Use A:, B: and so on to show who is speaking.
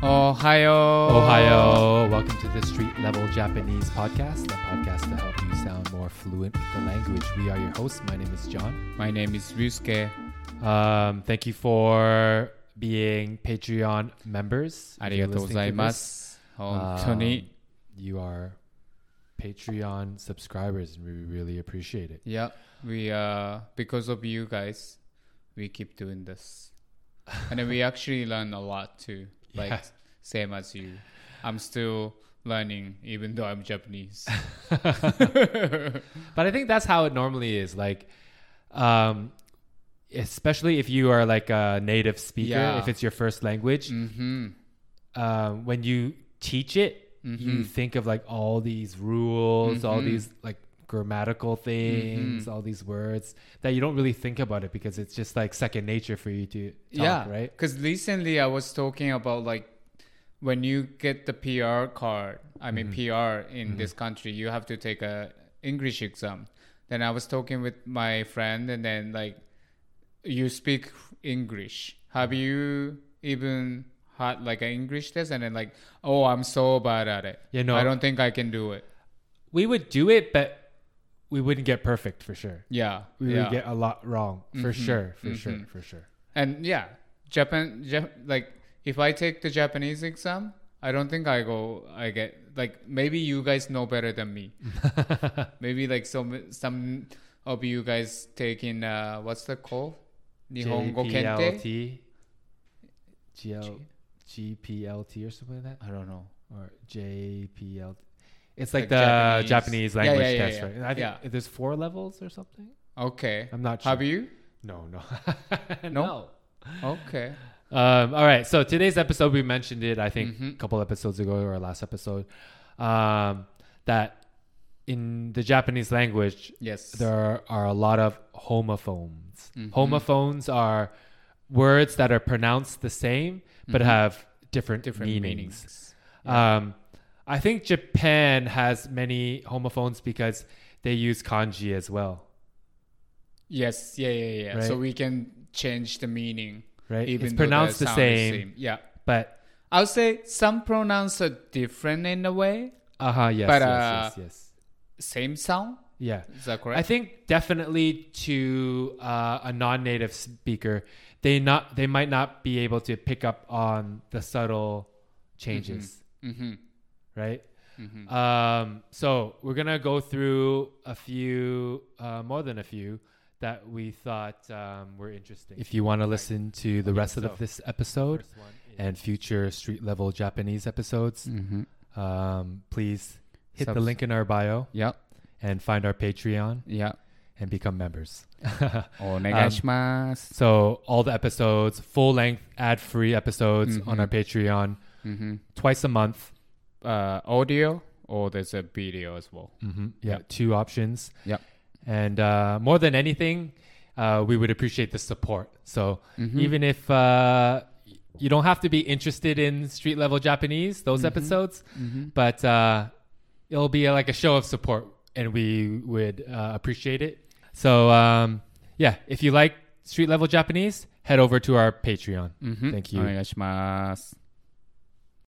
A: Ohio.
B: Ohio, welcome to the Street Level Japanese podcast, the podcast to help you sound more fluent with the language. We are your hosts. My name is John.
A: My name is Ryusuke.
B: Um, thank you for being Patreon members. If you're
A: ありがとう
B: listening to
A: ございます。
B: this,
A: 本当に。
B: um, you are Patreon subscribers, and we really appreciate it.
A: yeah. We uh because of you guys, we keep doing this. And then we actually learn a lot too. Like
B: Yeah.
A: same as you. I'm still learning even though I'm Japanese.
B: But I think that's how it normally is. Like, um, especially if you are like a native speaker,
A: Yeah.
B: if it's your first language,
A: mm-hmm.
B: um, when you teach it,
A: Mm-hmm.
B: you think of like all these rules, all these like grammatical
A: Mm-hmm.
B: things, all these words that you don't really think about it because it's just like second nature for you to talk,
A: yeah
B: right?
A: because recently i was talking about like when you get the pr card i mean
B: Mm-hmm.
A: pr in this country you have to take a english exam then i was talking with my friend and then like you speak english
B: Mm-hmm.
A: have you even had like an english test and then like oh i'm so bad at it
B: You know-
A: i don't think i can do it
B: We would do it, but we wouldn't get perfect for sure.
A: yeah
B: We
A: yeah. Mm-hmm.
B: would get a lot wrong for sure, for sure, for sure.
A: And yeah, Japan, Jap- like if I take the Japanese exam, I don't think I go. I get like maybe you guys know better than me. maybe like some some of you guys taking uh, what's the call? Nihongo kente.
B: GPLT, GL, GPLT or something like that,
A: I don't know.
B: or JPLT. It's
A: Like
B: like, the
A: Japanese-
B: Japanese,
A: Yeah, yeah,
B: language
A: yeah,
B: test,
A: yeah.
B: right? And I think
A: Yeah.
B: there's four levels or something.
A: Okay,
B: I'm not
A: Have
B: sure.
A: you?
B: No, no,
A: No? Okay.
B: Um, all right. So today's episode, we mentioned it, I think,
A: Mm-hmm.
B: a couple episodes ago or last episode, um, that in the Japanese language,
A: Yes.
B: there are a lot of homophones.
A: Mm-hmm.
B: Homophones are words that are pronounced the same but have different,
A: Mm-hmm. different
B: meanings.
A: meanings.
B: Um, I think Japan has many homophones because they use kanji as well,
A: Yes. Yeah. Yeah. Yeah. So
B: Right.
A: we can change the meaning.
B: right?
A: even
B: it's
A: though
B: pronounced the
A: sound is
B: same,
A: Yeah.
B: but
A: I would say some pronouns are different in a way.
B: uh huh, yes,
A: But,
B: yes,
A: uh,
B: yes, yes,
A: Same sound.
B: yeah.
A: Is that correct?
B: I think definitely to uh, a non-native speaker, they not they might not be able to pick up on the subtle changes,
A: Mm-hmm.
B: right? Um, so we're gonna go through a few, uh, more than a few, that we thought um, were interesting. If you want to listen to the rest
A: so-
B: of this episode and future street level Japanese episodes,
A: Mm-hmm.
B: um, please hit the
A: Subs-
B: link in our bio
A: Yeah.
B: and find our Patreon
A: Yeah. Um,
B: and become members.
A: Onegaishimasu.
B: so all the episodes, full length, ad free episodes on our Patreon,
A: Mm-hmm.
B: twice a month.
A: uh, audio or there's a video as well.
B: Yeah, two options.
A: Yeah.
B: And uh, more than anything, uh, we would appreciate the support. So
A: Mm-hmm.
B: even if uh, you don't have to be interested in street level Japanese, those episodes,
A: Mm-hmm.
B: but uh, it'll be like a show of support and we would uh, appreciate it. So um, yeah,
A: Mm-hmm.
B: if you like street level Japanese, head over to our Patreon. Thank you.
A: Onegaishimasu.